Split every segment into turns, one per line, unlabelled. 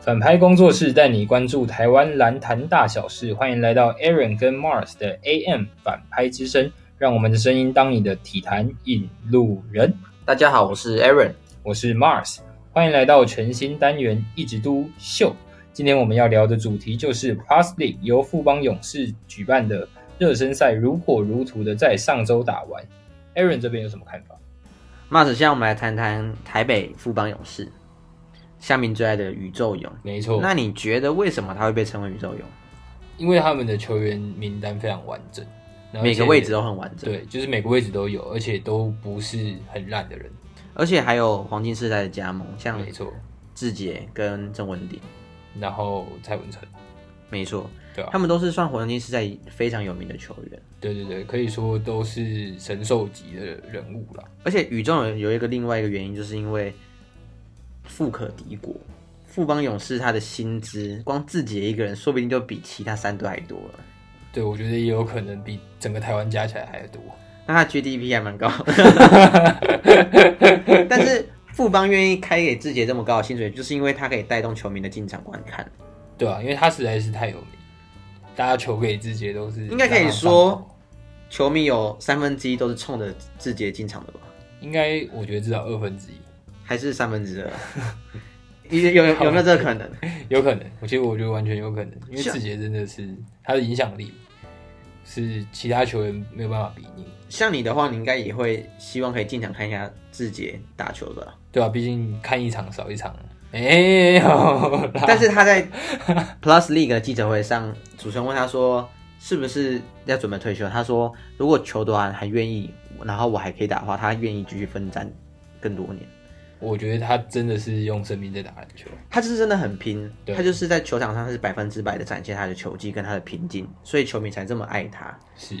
反拍工作室带你关注台湾篮坛大小事，欢迎来到 Aaron 跟 Mars 的 AM 反拍之声，让我们的声音当你的体坛引路人。
大家好，我是 Aaron。
我是 Mars，欢迎来到全新单元一直都秀。今天我们要聊的主题就是 Plus League 由富邦勇士举办的热身赛如火如荼的在上周打完。Aaron 这边有什么看法？
马子，现在我们来谈谈台北富邦勇士，乡民最爱的宇宙勇。
没错
那你觉得为什么他会被称为宇宙勇？
因为他们的球员名单非常完整，然后
每个
而且
位置都很完整，
对，就是每个位置都有，而且都不是很烂的人。
而且还有黄金世代的加盟，像
没错，
志杰跟郑文鼎，
然后蔡文成，
没错，
对啊吧、
他们都是算黄金世代非常有名的球员。
对对对，可以说都是神兽级的人物啦。
而且宇宙勇有一个另外一个原因，就是因为富可敌国。富邦勇士他的薪资，光志杰一个人，说不定就比其他三队还多了。
对，我觉得也有可能比整个台湾加起来还多。
那他 GDP 还蛮高，但是富邦愿意开给志杰这么高的薪水，就是因为他可以带动球迷的进场观看。
对啊，因为他实在是太有名，大家球给自己都是
应该可以说，球迷有三分之一都是冲着志杰进场的吧？
应该我觉得至少二分之一，
还是三分之二？有有有没有这个可能？
有可能。我其实我觉得完全有可能，因为
像
志杰真的是他的影响力是其他球员没有办法比拟，
像你的话，你应该也会希望可以进场看一下志杰打球吧？
对啊，毕竟看一场少一场，没有啦。
但是他在 Plus League 的记者会上，主持人问他说：“是不是要准备退休？”他说：“如果球队还还愿意，然后我还可以打的话，他愿意继续奋战更多年。
我觉得他真的是用生命在打篮球，
他是真的很拼，
对
他就是在球场上是百分之百的展现他的球技跟他的拼劲，所以球迷才这么爱他，
是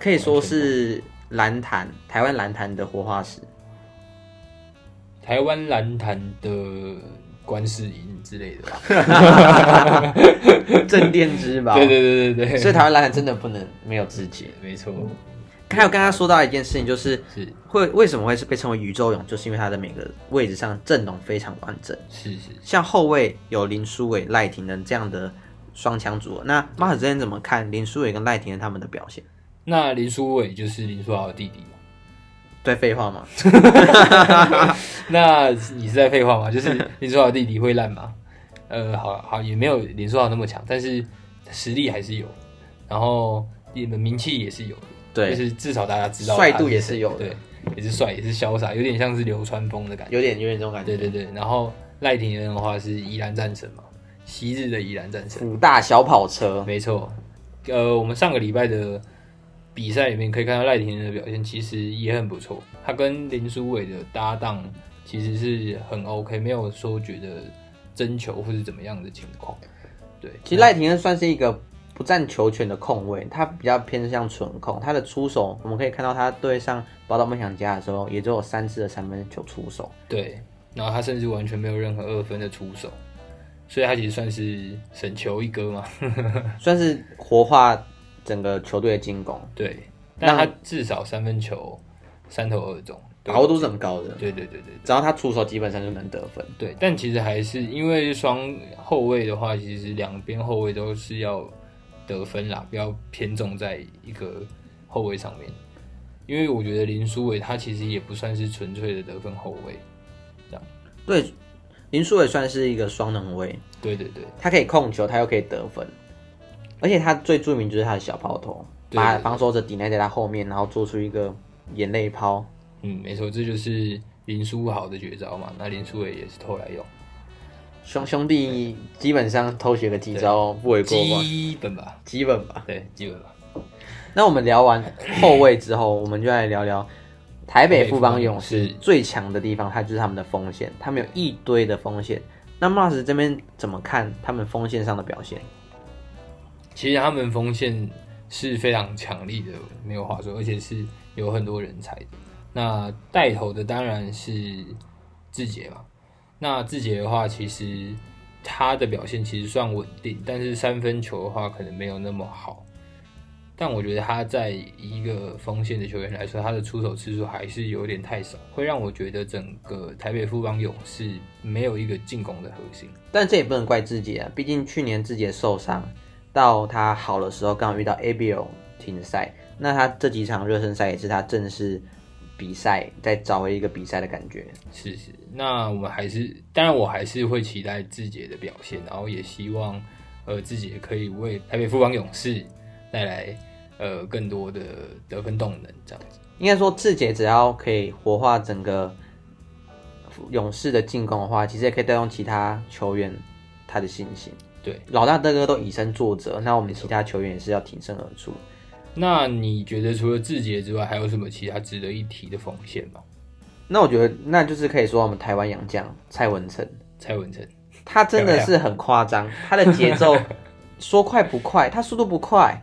可以说是篮坛台湾篮坛的活化石。
台湾篮坛的观世音之类的吧？
镇店之宝。
对对对对对，
所以台湾篮坛真的不能没有自己。
没错，
还有刚刚说到一件事情，就是
是
会为什么会是被称为宇宙勇，就是因为他的每个位置上阵容非常完整，
是是。
像后卫有林书伟、赖廷恩这样的双枪组合。那马子之前怎么看林书伟跟赖廷恩他们的表现？
那林书伟就是林书豪的弟弟嘛？
对，废话嘛，
那你是在废话吗？就是林书豪的弟弟会烂吗？ 呃，好好也没有林书豪那么强，但是实力还是有，然后你们名气也是有的，就
对，
是至少大家知道
帅
他
度也
谁
是有的
对，也是帅，也是潇洒，有点像是流川枫的感觉。
有点有点这种感觉。
对对对，然后赖廷恩的话是宜兰战神嘛，昔日的宜兰战神，
五大小跑车，
没错。呃，我们上个礼拜的比赛里面可以看到赖廷恩的表现其实也很不错，他跟林书伟的搭档其实是很 OK，没有说觉得争球或是怎么样的情况。对，
其实赖廷恩算是一个不占球权的控卫，他比较偏向纯控，他的出手我们可以看到他对上宝岛梦想家的时候，也只有三次的三分球出手。
对，然后他甚至完全没有任何二分的出手，所以他其实算是省球一哥嘛。
算是活化整个球队的进攻，
对，但
那
他至少三分球三投二中，
把握度是很高的。
对对对对
只要他出手，基本上就能得分。
对，但其实还是因为双后卫的话，其实两边后卫都是要得分啦，不要偏重在一个后卫上面。因为我觉得林书伟他其实也不算是纯粹的得分后卫，
对，林书伟算是一个双能卫，
对对对，
他可以控球，他又可以得分，而且他最著名就是他的小抛投，
对
把
对对
防守者抵赖在他后面，然后做出一个眼泪抛。
嗯，没错，这就是林书豪的绝招嘛。那林书伟也是偷来用，
兄兄弟基本上偷学个几招不为过吧，
基本吧，
基本吧。
对，基本吧。
那我们聊完后卫之后，我们就来聊聊台北富邦勇
台北
士
哎富邦勇士
最强的地方，它就是他们的锋线，他们有一堆的锋线。那 Mars 这边怎么看他们锋线上的表现？
其实他们锋线是非常强力的，没有话说，而且是有很多人才的。那带头的当然是志杰嘛。那志杰的话，其实他的表现其实算稳定，但是三分球的话可能没有那么好。但我觉得他在一个锋线的球员来说，他的出手次数还是有点太少，会让我觉得整个台北富邦勇士没有一个进攻的核心。
但这也不能怪自己啊，毕竟去年自己也受伤，到他好的时候刚好遇到 ABL 停赛，那他这几场热身赛也是他正式比赛再找回一个比赛的感觉。
是是，那我们还是，当然我还是会期待自己的表现，然后也希望呃自己也可以为台北富邦勇士带来呃更多的得分动能这样子。
应该说，志杰只要可以活化整个勇士的进攻的话，其实也可以带动其他球员他的信心。
对，
老大德哥都以身作则，那我们其他球员也是要挺身而出。
那你觉得除了志杰之外，还有什么其他值得一提的锋线吗？
那我觉得，那就是可以说我们台湾洋将蔡文成，
蔡文成，
他真的是很夸张，他的 节奏说快不快，他速度不快，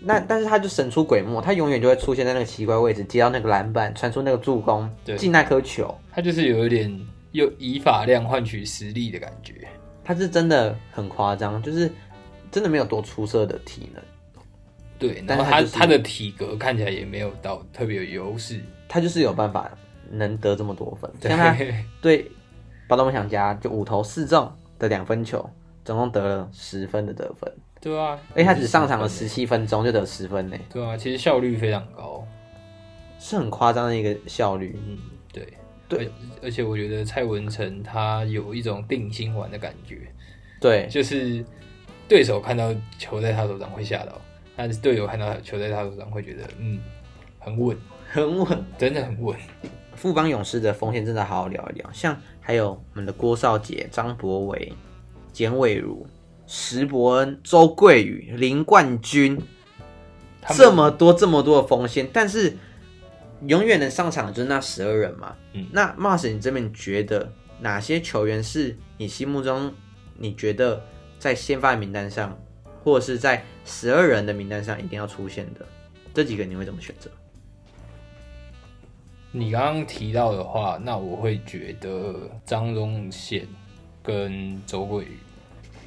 那但是他就神出鬼没，他永远就会出现在那个奇怪位置，接到那个篮板，传出那个助攻，
对
进那颗球，
他就是有一点用以法量换取实力的感觉。
他是真的很夸张，就是真的没有多出色的体能，
对，然
但
后他
是他
他,、
就是
的体格看起来也没有到特别有优势。
他就是有办法能得这么多分，
对
像他对巴东梦想家就五投四中的两分球，总共得了十分的得分，
对啊，
而且他只上场了
也是
十七分钟就得十分呢，
十分对啊，其实效率非常高。
是很夸张的一个效率。
嗯，对
对
而，而且我觉得蔡文成他有一种定心丸的感觉，
对，
就是对手看到球在他手上会吓到，但是队友看到球在他手上会觉得嗯很稳，
很稳。
真的很稳。
富邦勇士的锋线真的好好聊一聊，像还有我们的郭少杰、张博维、简伟儒、石伯恩、周桂宇、林冠军，
他们
这么多这么多的锋线，但是永远能上场的就是那十二人嘛。
嗯
那 Mars，你这边觉得哪些球员是你心目中你觉得在先发名单上，或者是在十二人的名单上一定要出现的？这几个你会怎么选择？
你刚刚提到的话，那我会觉得张宗宪跟周桂宇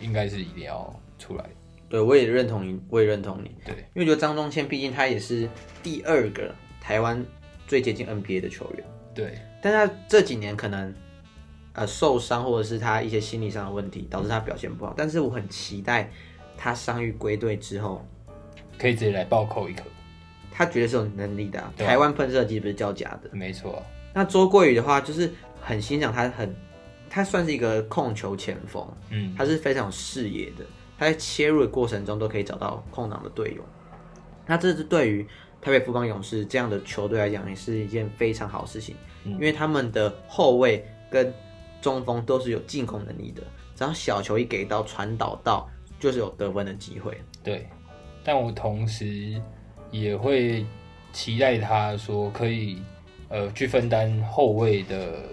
应该是一定要出来的。
对，我也认同你，我也认同你。
对，
因为我觉得张宗宪毕竟他也是第二个台湾最接近 NBA 的球员，
对，
但他这几年可能呃受伤或者是他一些心理上的问题，导致他表现不好。但是我很期待他伤愈归队之后，
可以直接来暴扣一颗，
他绝对是有能力的啊、
对啊
台湾喷射机不是叫假的。
没错啊，
那周桂宇的话，就是很欣赏他很，他算是一个控球前锋，
嗯，
他是非常有视野的，他在切入的过程中都可以找到空档的队友。那这是对于台北富邦勇士这样的球队来讲，也是一件非常好的事情，
嗯
因为他们的后卫跟中锋都是有进攻能力的，只要小球一给到传导到，就是有得分的机会。
对。但我同时也会期待他说可以呃去分担后卫的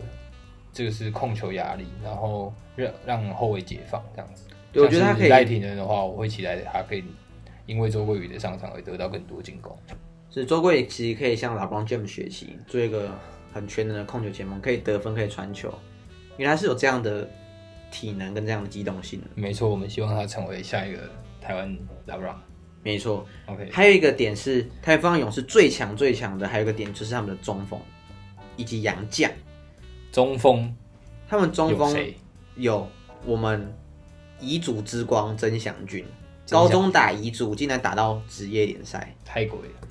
这个是控球压力，然后让让后卫解放这样子。
对我觉得他
像是
可以
赖廷人的话，我会期待他可以因为周桂宇的上场而得到更多进攻。
所以周桂宇其实可以向老光 James 学习，做一个很全能的控球前锋，可以得分，可以传球，因为他是有这样的体能跟这样的机动性的。
没错，我们希望他成为下一个台湾 LeBron。
没错，
OK，
还有一个点是，台风勇士最强最强的，还有一个点就是他们的中锋以及洋将。
中锋
他们中
有
锋
谁？
有我们彝族之光曾祥军，
曾祥
高
军
中打彝族，竟然打到职业联赛。
太贵了。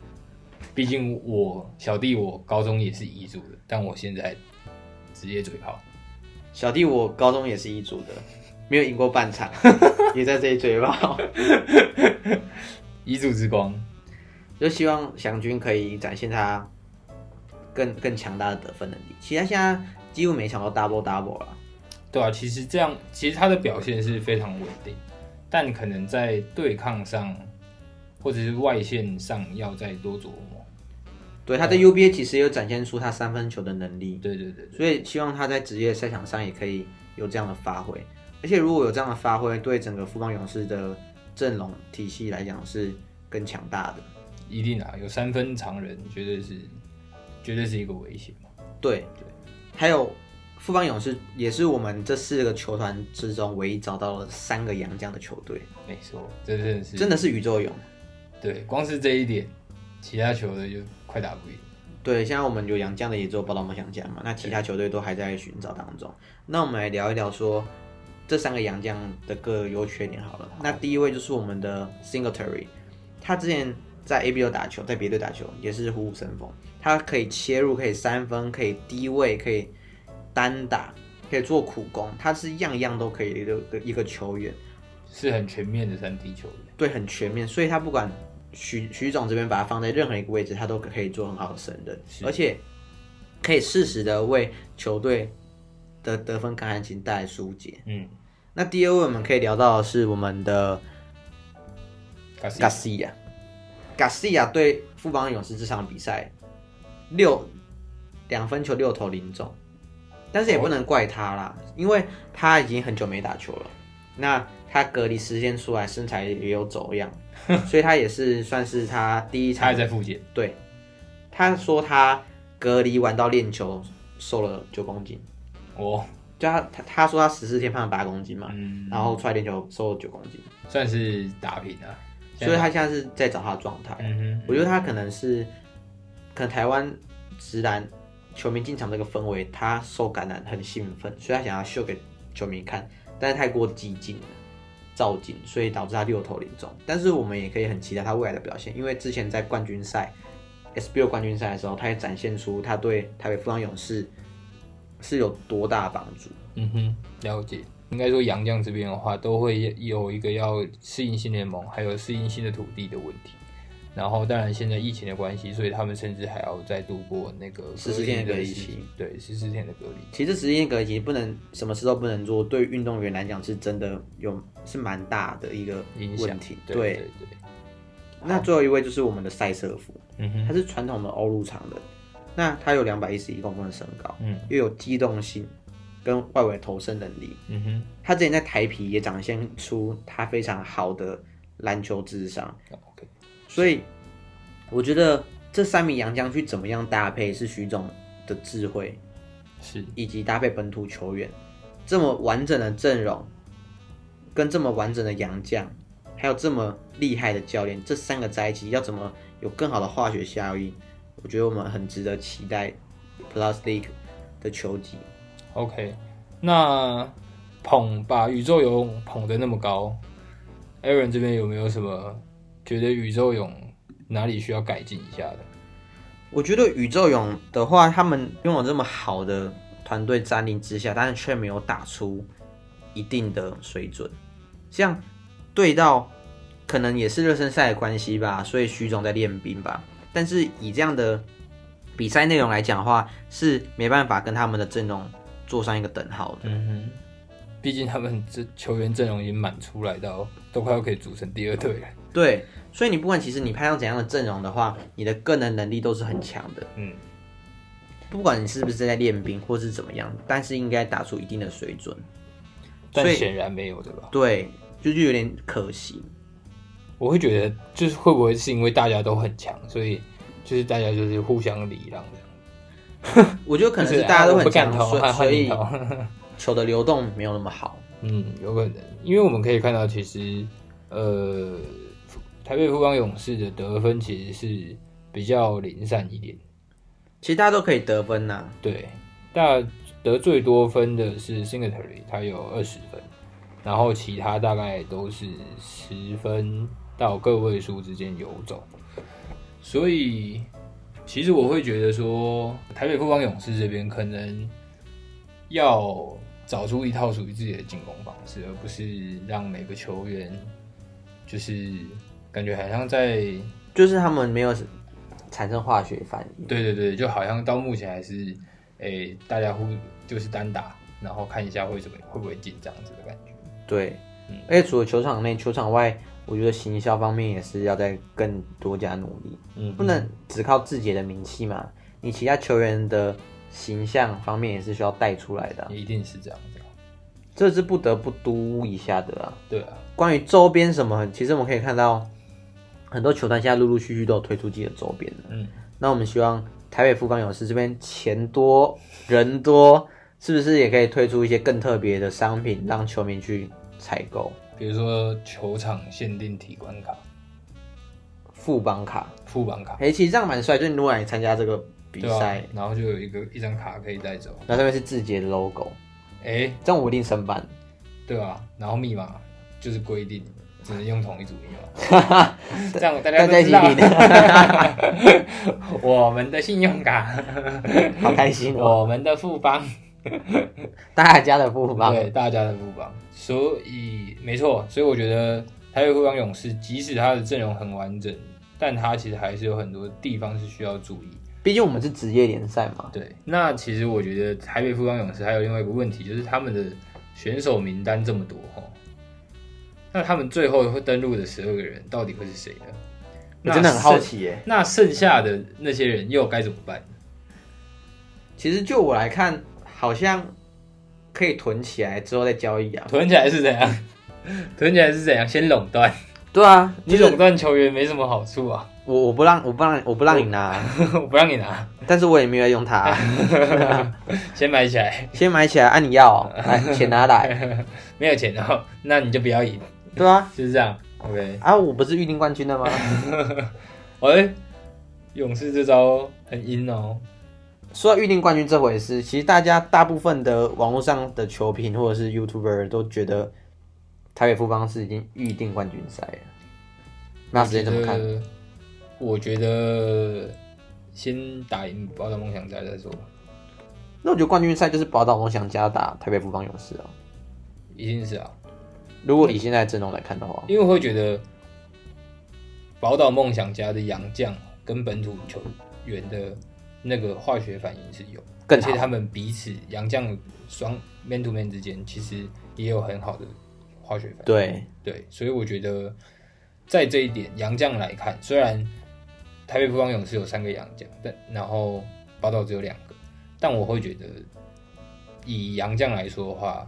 毕竟我小弟我高中也是彝族的，但我现在直接嘴炮。
小弟我高中也是彝族的，没有赢过 半场，也在这里追爆。
彝族之光，
就希望祥军可以展现他更更强大的得分能力。其实他现在几乎每场都 double double 了。
对啊，其实这样其实他的表现是非常稳定，但可能在对抗上或者是外线上要再多琢磨。
对，他在 UBA 其实也有展现出他三分球的能力。
对对对对，
所以希望他在职业赛场上也可以有这样的发挥。而且如果有这样的发挥，对整个富邦勇士的阵容体系来讲是更强大的。
一定啊，有三分常人绝对是绝对是一个威胁嘛。
对，还有富邦勇士也是我们这四个球团之中唯一找到了三个洋将的球队，
没错，这真的是
真的是宇宙勇。
对，光是这一点，其他球队就快打不赢。
对，现在我们有杨绛的也只有报道梦想家嘛，那其他球队都还在寻找当中。那我们来聊一聊说这三个杨绛的各优缺点好了。那第一位就是我们的 Singletary，他之前在 ABO 打球，在别队打球也是虎虎生风，他可以切入，可以三分，可以低位，可以单打，可以做苦攻，他是样样都可以的一个一个球员。
是很全面的三 D 球员。
对，很全面，所以他不管徐徐总这边把他放在任何一个位置，他都可以做很好的胜任，
是
而且可以适时的为球队的得分感染型带来疏解。
嗯
那第二位我们可以聊到的是我们的
g a s
Garcia。Garcia 对富邦勇士这场比赛六两分球六投零中，但
哦
是也不能怪他啦，因为他已经很久没打球了。那他隔离时间出来，身材也有走 样，所以他也是算是他第一
他
场
还在复健，
对，他说他隔离完到练球瘦了九公斤，
哦，
就他他他说他十四天胖了八公斤嘛，
嗯，
然后出来练球瘦了九公斤，
算是打平了、啊。现在
所以他现在是在找他的状态。
嗯
我觉得他可能是，可能台湾直男球迷进场这个氛围，他受感染很兴奋，所以他想要秀给球迷看，但是太过激进了，造进，所以导致他六投零中。但是我们也可以很期待他未来的表现，因为之前在冠军赛 SBO 冠军赛的时候，他也展现出他对台北富邦勇士是有多大的帮助。
嗯哼，了解。应该说杨绛这边的话，都会有一个要适应新联盟，还有适应新的土地的问题。然后，当然现在疫情的关系，所以他们甚至还要再度过那个
14天的
隔
隔
离
离
时
期
间，对，十四天的隔离。
其实时间隔离不能什么事都不能做，对运动员来讲是真的有是蛮大的一个
影响
问题。
对
对
对对，
那最后一位就是我们的塞瑟夫，
嗯哼，
他是传统的欧陆长人，那他有两百一十一公分的身高，
嗯
又有机动性跟外围投身能力。
嗯哼，
他之前在台皮也展现出他非常好的篮球智商，
那 OK，
所以我觉得这三名洋将去怎么样搭配是徐总的智慧，
是
以及搭配本土球员，这么完整的阵容，跟这么完整的洋将，还有这么厉害的教练，这三个在一起要怎么有更好的化学效应？我觉得我们很值得期待 Plus League 的球技。
OK，那捧把宇宙勇捧得那么高，Aaron 这边有没有什么觉得宇宙勇哪里需要改进一下的？
我觉得宇宙勇的话，他们拥有这么好的团队占领之下，但是却没有打出一定的水准。像对到可能也是热身赛的关系吧，所以徐总在练兵吧。但是以这样的比赛内容来讲的话，是没办法跟他们的阵容做上一个等号的。
嗯哼，毕竟他们这球员阵容已经满出来到都快要可以组成第二队了。
对，所以你不管其实你派上怎样的阵容的话，你的个人能力都是很强的。
嗯，
不管你是不是在练兵或是怎么样，但是应该打出一定的水准。
但
所以
显然没有，对吧？
对，就就有点可惜。
我会觉得就是会不会是因为大家都很强，所以就是大家就是互相礼让这样，
我觉得可能
就是
大家
啊
都
我不
很
敢
强，
投，
所以所以
哈哈你投
球的流动没有那么好。
嗯，有可能，因为我们可以看到，其实呃，台北富邦勇士的得分其实是比较零散一点，
其实大家都可以得分呐、
对，但得最多分的是 Singletary，他有二十分，然后其他大概都是十分到个位数之间游走，所以其实我会觉得说，台北富邦勇士这边可能要找出一套属于自己的进攻方式，而不是让每个球员就是感觉好像在
就是他们没有产生化学反应。
对对对，就好像到目前还是，诶、大家互就是单打，然后看一下会怎么会不会进这样子的感觉。
对
嗯，
而且除了球场内、球场外，我觉得行销方面也是要再更多加努力，
嗯
不能只靠自己的名气嘛。你其他球员的形象方面也是需要带出来的啊、
一定是这样子啊。
这是不得不嘟一下的啊。
对啊，
关于周边什么，其实我们可以看到，很多球团现在陆陆续续都有推出自己的周边了。
嗯，
那我们希望台北富邦勇士这边钱多人多，是不是也可以推出一些更特别的商品，让球迷去采购？
比如说球场限定体观卡，
副帮卡，
副板卡，
哎、其实这样蛮帅，就是如果你参加这个比
对啊吧、
赛，
然后就有一个一张卡可以带走，
然后上面是字节的 logo，
哎、
这样我一定申办。
对啊，然后密码就是规定只能用同一组密码， 这样大家
大
都
家一
知
起领，
道 我们的信用 卡，
好开心哦！
我们的富邦，
大家的副帮，
对大家的富邦，所以没错，所以我觉得台北富邦勇士即使他的阵容很完整，但他其实还是有很多地方是需要注意。
毕竟我们是职业联赛嘛。
对，那其实我觉得台北富邦勇士还有另外一个问题，就是他们的选手名单这么多哈，那他们最后会登录的十二个人到底会是谁呢？
我
那
真的很好
剩。
奇耶。
那剩下的那些人又该怎么办？
其实就我来看，好像可以囤起来之后再交易啊。
囤起来是怎样？ 囤起来是怎样？先垄断，
对啊，
你垄断球员没什么好处啊！
我我不让我不让我不让你拿，
我不让你拿，
但是我哎也没有在用它、
先买起来，
先买起来，按、你要、 哦，来钱拿来。
没有钱哦，那你就不要赢，
对啊，
就是这样。OK，
啊，我不是预定冠军的吗？
喂、哎勇士这招很阴哦，
说到预定冠军这回事，其实大家大部分的网络上的球评或者是 YouTuber 都觉得台北富邦是已经预定冠军赛了。那时间怎么看？？
我觉得先打赢宝岛梦想家再说，
那我觉得冠军赛就是宝岛梦想家打台北富邦勇士哦。
一定是啊，
如果以现在的阵容来看的话，
因为我会觉得宝岛梦想家的洋将跟本土球员的那个化学反应是有，
更
而
好
且他们彼此洋将双 man to man 之间其实也有很好的化学反应。
对，
对，所以我觉得在这一点，洋将来看，虽然台北富邦勇士有三个洋将，但然后宝岛只有两个，但我会觉得以洋将来说的话，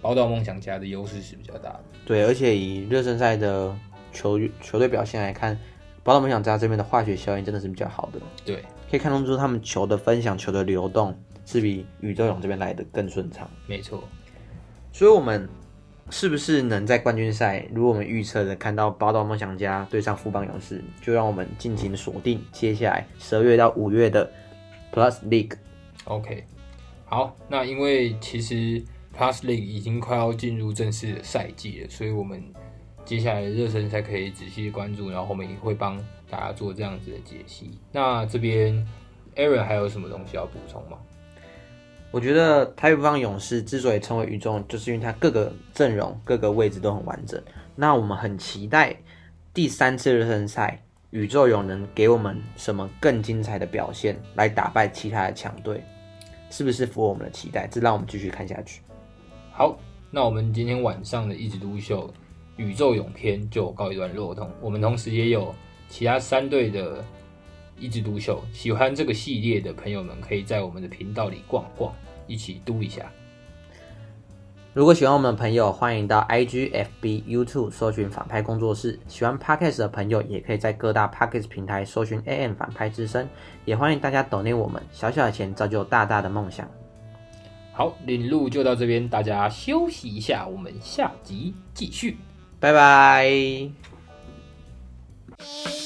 宝岛梦想家的优势是比较大的。
对，而且以热身赛的球球队表现来看，宝岛梦想家这边的化学效应真的是比较好的，
对，
可以看得出他们球的分享、球的流动是比宇宙勇这边来的更顺畅。
没错，
所以，我们是不是能在冠军赛，如果我们预测的看到宝岛梦想家对上富邦勇士，就让我们尽情锁定接下来十二月到五月的 Plus League。
OK，好，那因为其实 Plus League 已经快要进入正式的赛季了，所以我们接下来的热身赛可以仔细关注，然后我们也会帮大家做这样子的解析。那这边 Aaron 还有什么东西要补充吗？
我觉得台北富邦勇士之所以称为宇宙勇，就是因为它各个阵容、各个位置都很完整。那我们很期待第三次热身赛，宇宙勇能给我们什么更精彩的表现，来打败其他的强队，是不是符合我们的期待？这让我们继续看下去。
好，那我们今天晚上的一枝独秀宇宙勇篇就告一段落。同我们同时也有其他三队的一枝独秀，喜欢这个系列的朋友们可以在我们的频道里逛逛，一起嘟一下。
如果喜欢我们的朋友，欢迎到 IG、FB、YouTube 搜寻反派工作室。喜欢 Podcast 的朋友，也可以在各大 Podcast 平台搜寻 AM 反派之声。也欢迎大家抖内我们，小小的钱造就大大的梦想。
好，领路就到这边，大家休息一下，我们下集继续。
拜拜。
「